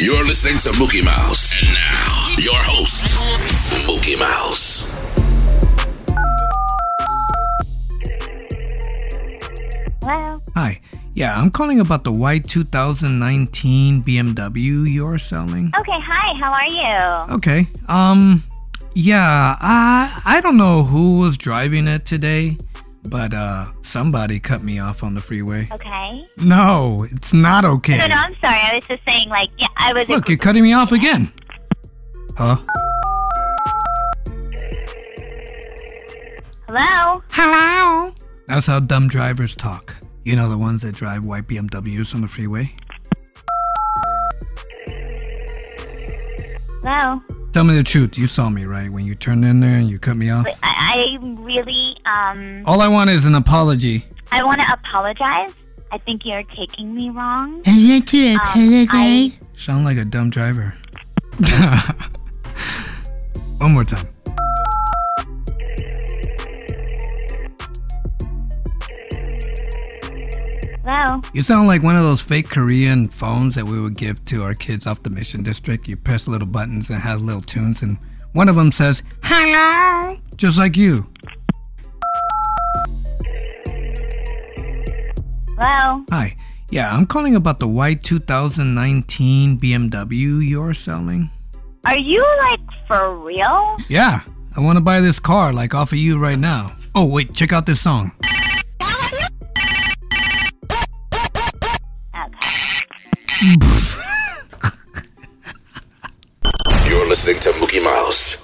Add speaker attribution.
Speaker 1: You're listening to Mookie Mouse. And now, your host, Mookie Mouse.
Speaker 2: Hello?
Speaker 3: Hi. Yeah, I'm calling about the white 2019 BMW you're selling.
Speaker 2: Okay, hi, how are you?
Speaker 3: Okay. Um yeah, I I don't know who was driving it today, but uh somebody cut me off on the freeway.
Speaker 2: Okay.
Speaker 3: No, it's not okay.
Speaker 2: No, no, I'm sorry. I was just saying, like, yeah, I was.
Speaker 3: Look, you're cutting me off again. Huh?
Speaker 2: Hello?
Speaker 3: Hello. That's how dumb drivers talk. You know the ones that drive white BMWs on the freeway?
Speaker 2: Hello?
Speaker 3: Tell me the truth. You saw me, right? When you turned in there and you cut me off.
Speaker 2: Wait, I, I really, um,
Speaker 3: All I want is an apology.
Speaker 2: I want to apologize. I think you're taking me wrong. Um,
Speaker 4: I want to
Speaker 2: I-
Speaker 4: apologize.
Speaker 3: Sound like a dumb driver. One more time.
Speaker 2: Hello?
Speaker 3: You sound like one of those fake Korean phones that we would give to our kids off the mission district. You press little buttons and have little tunes, and one of them says, Hello! Just like you.
Speaker 2: Hello?
Speaker 3: Hi. Yeah, I'm calling about the white 2019 BMW you're selling.
Speaker 2: Are you, like, for real?
Speaker 3: Yeah, I want to buy this car like off of you right now. Oh, wait, check out this song.
Speaker 2: Okay.
Speaker 1: You're listening to Mookie Mouse.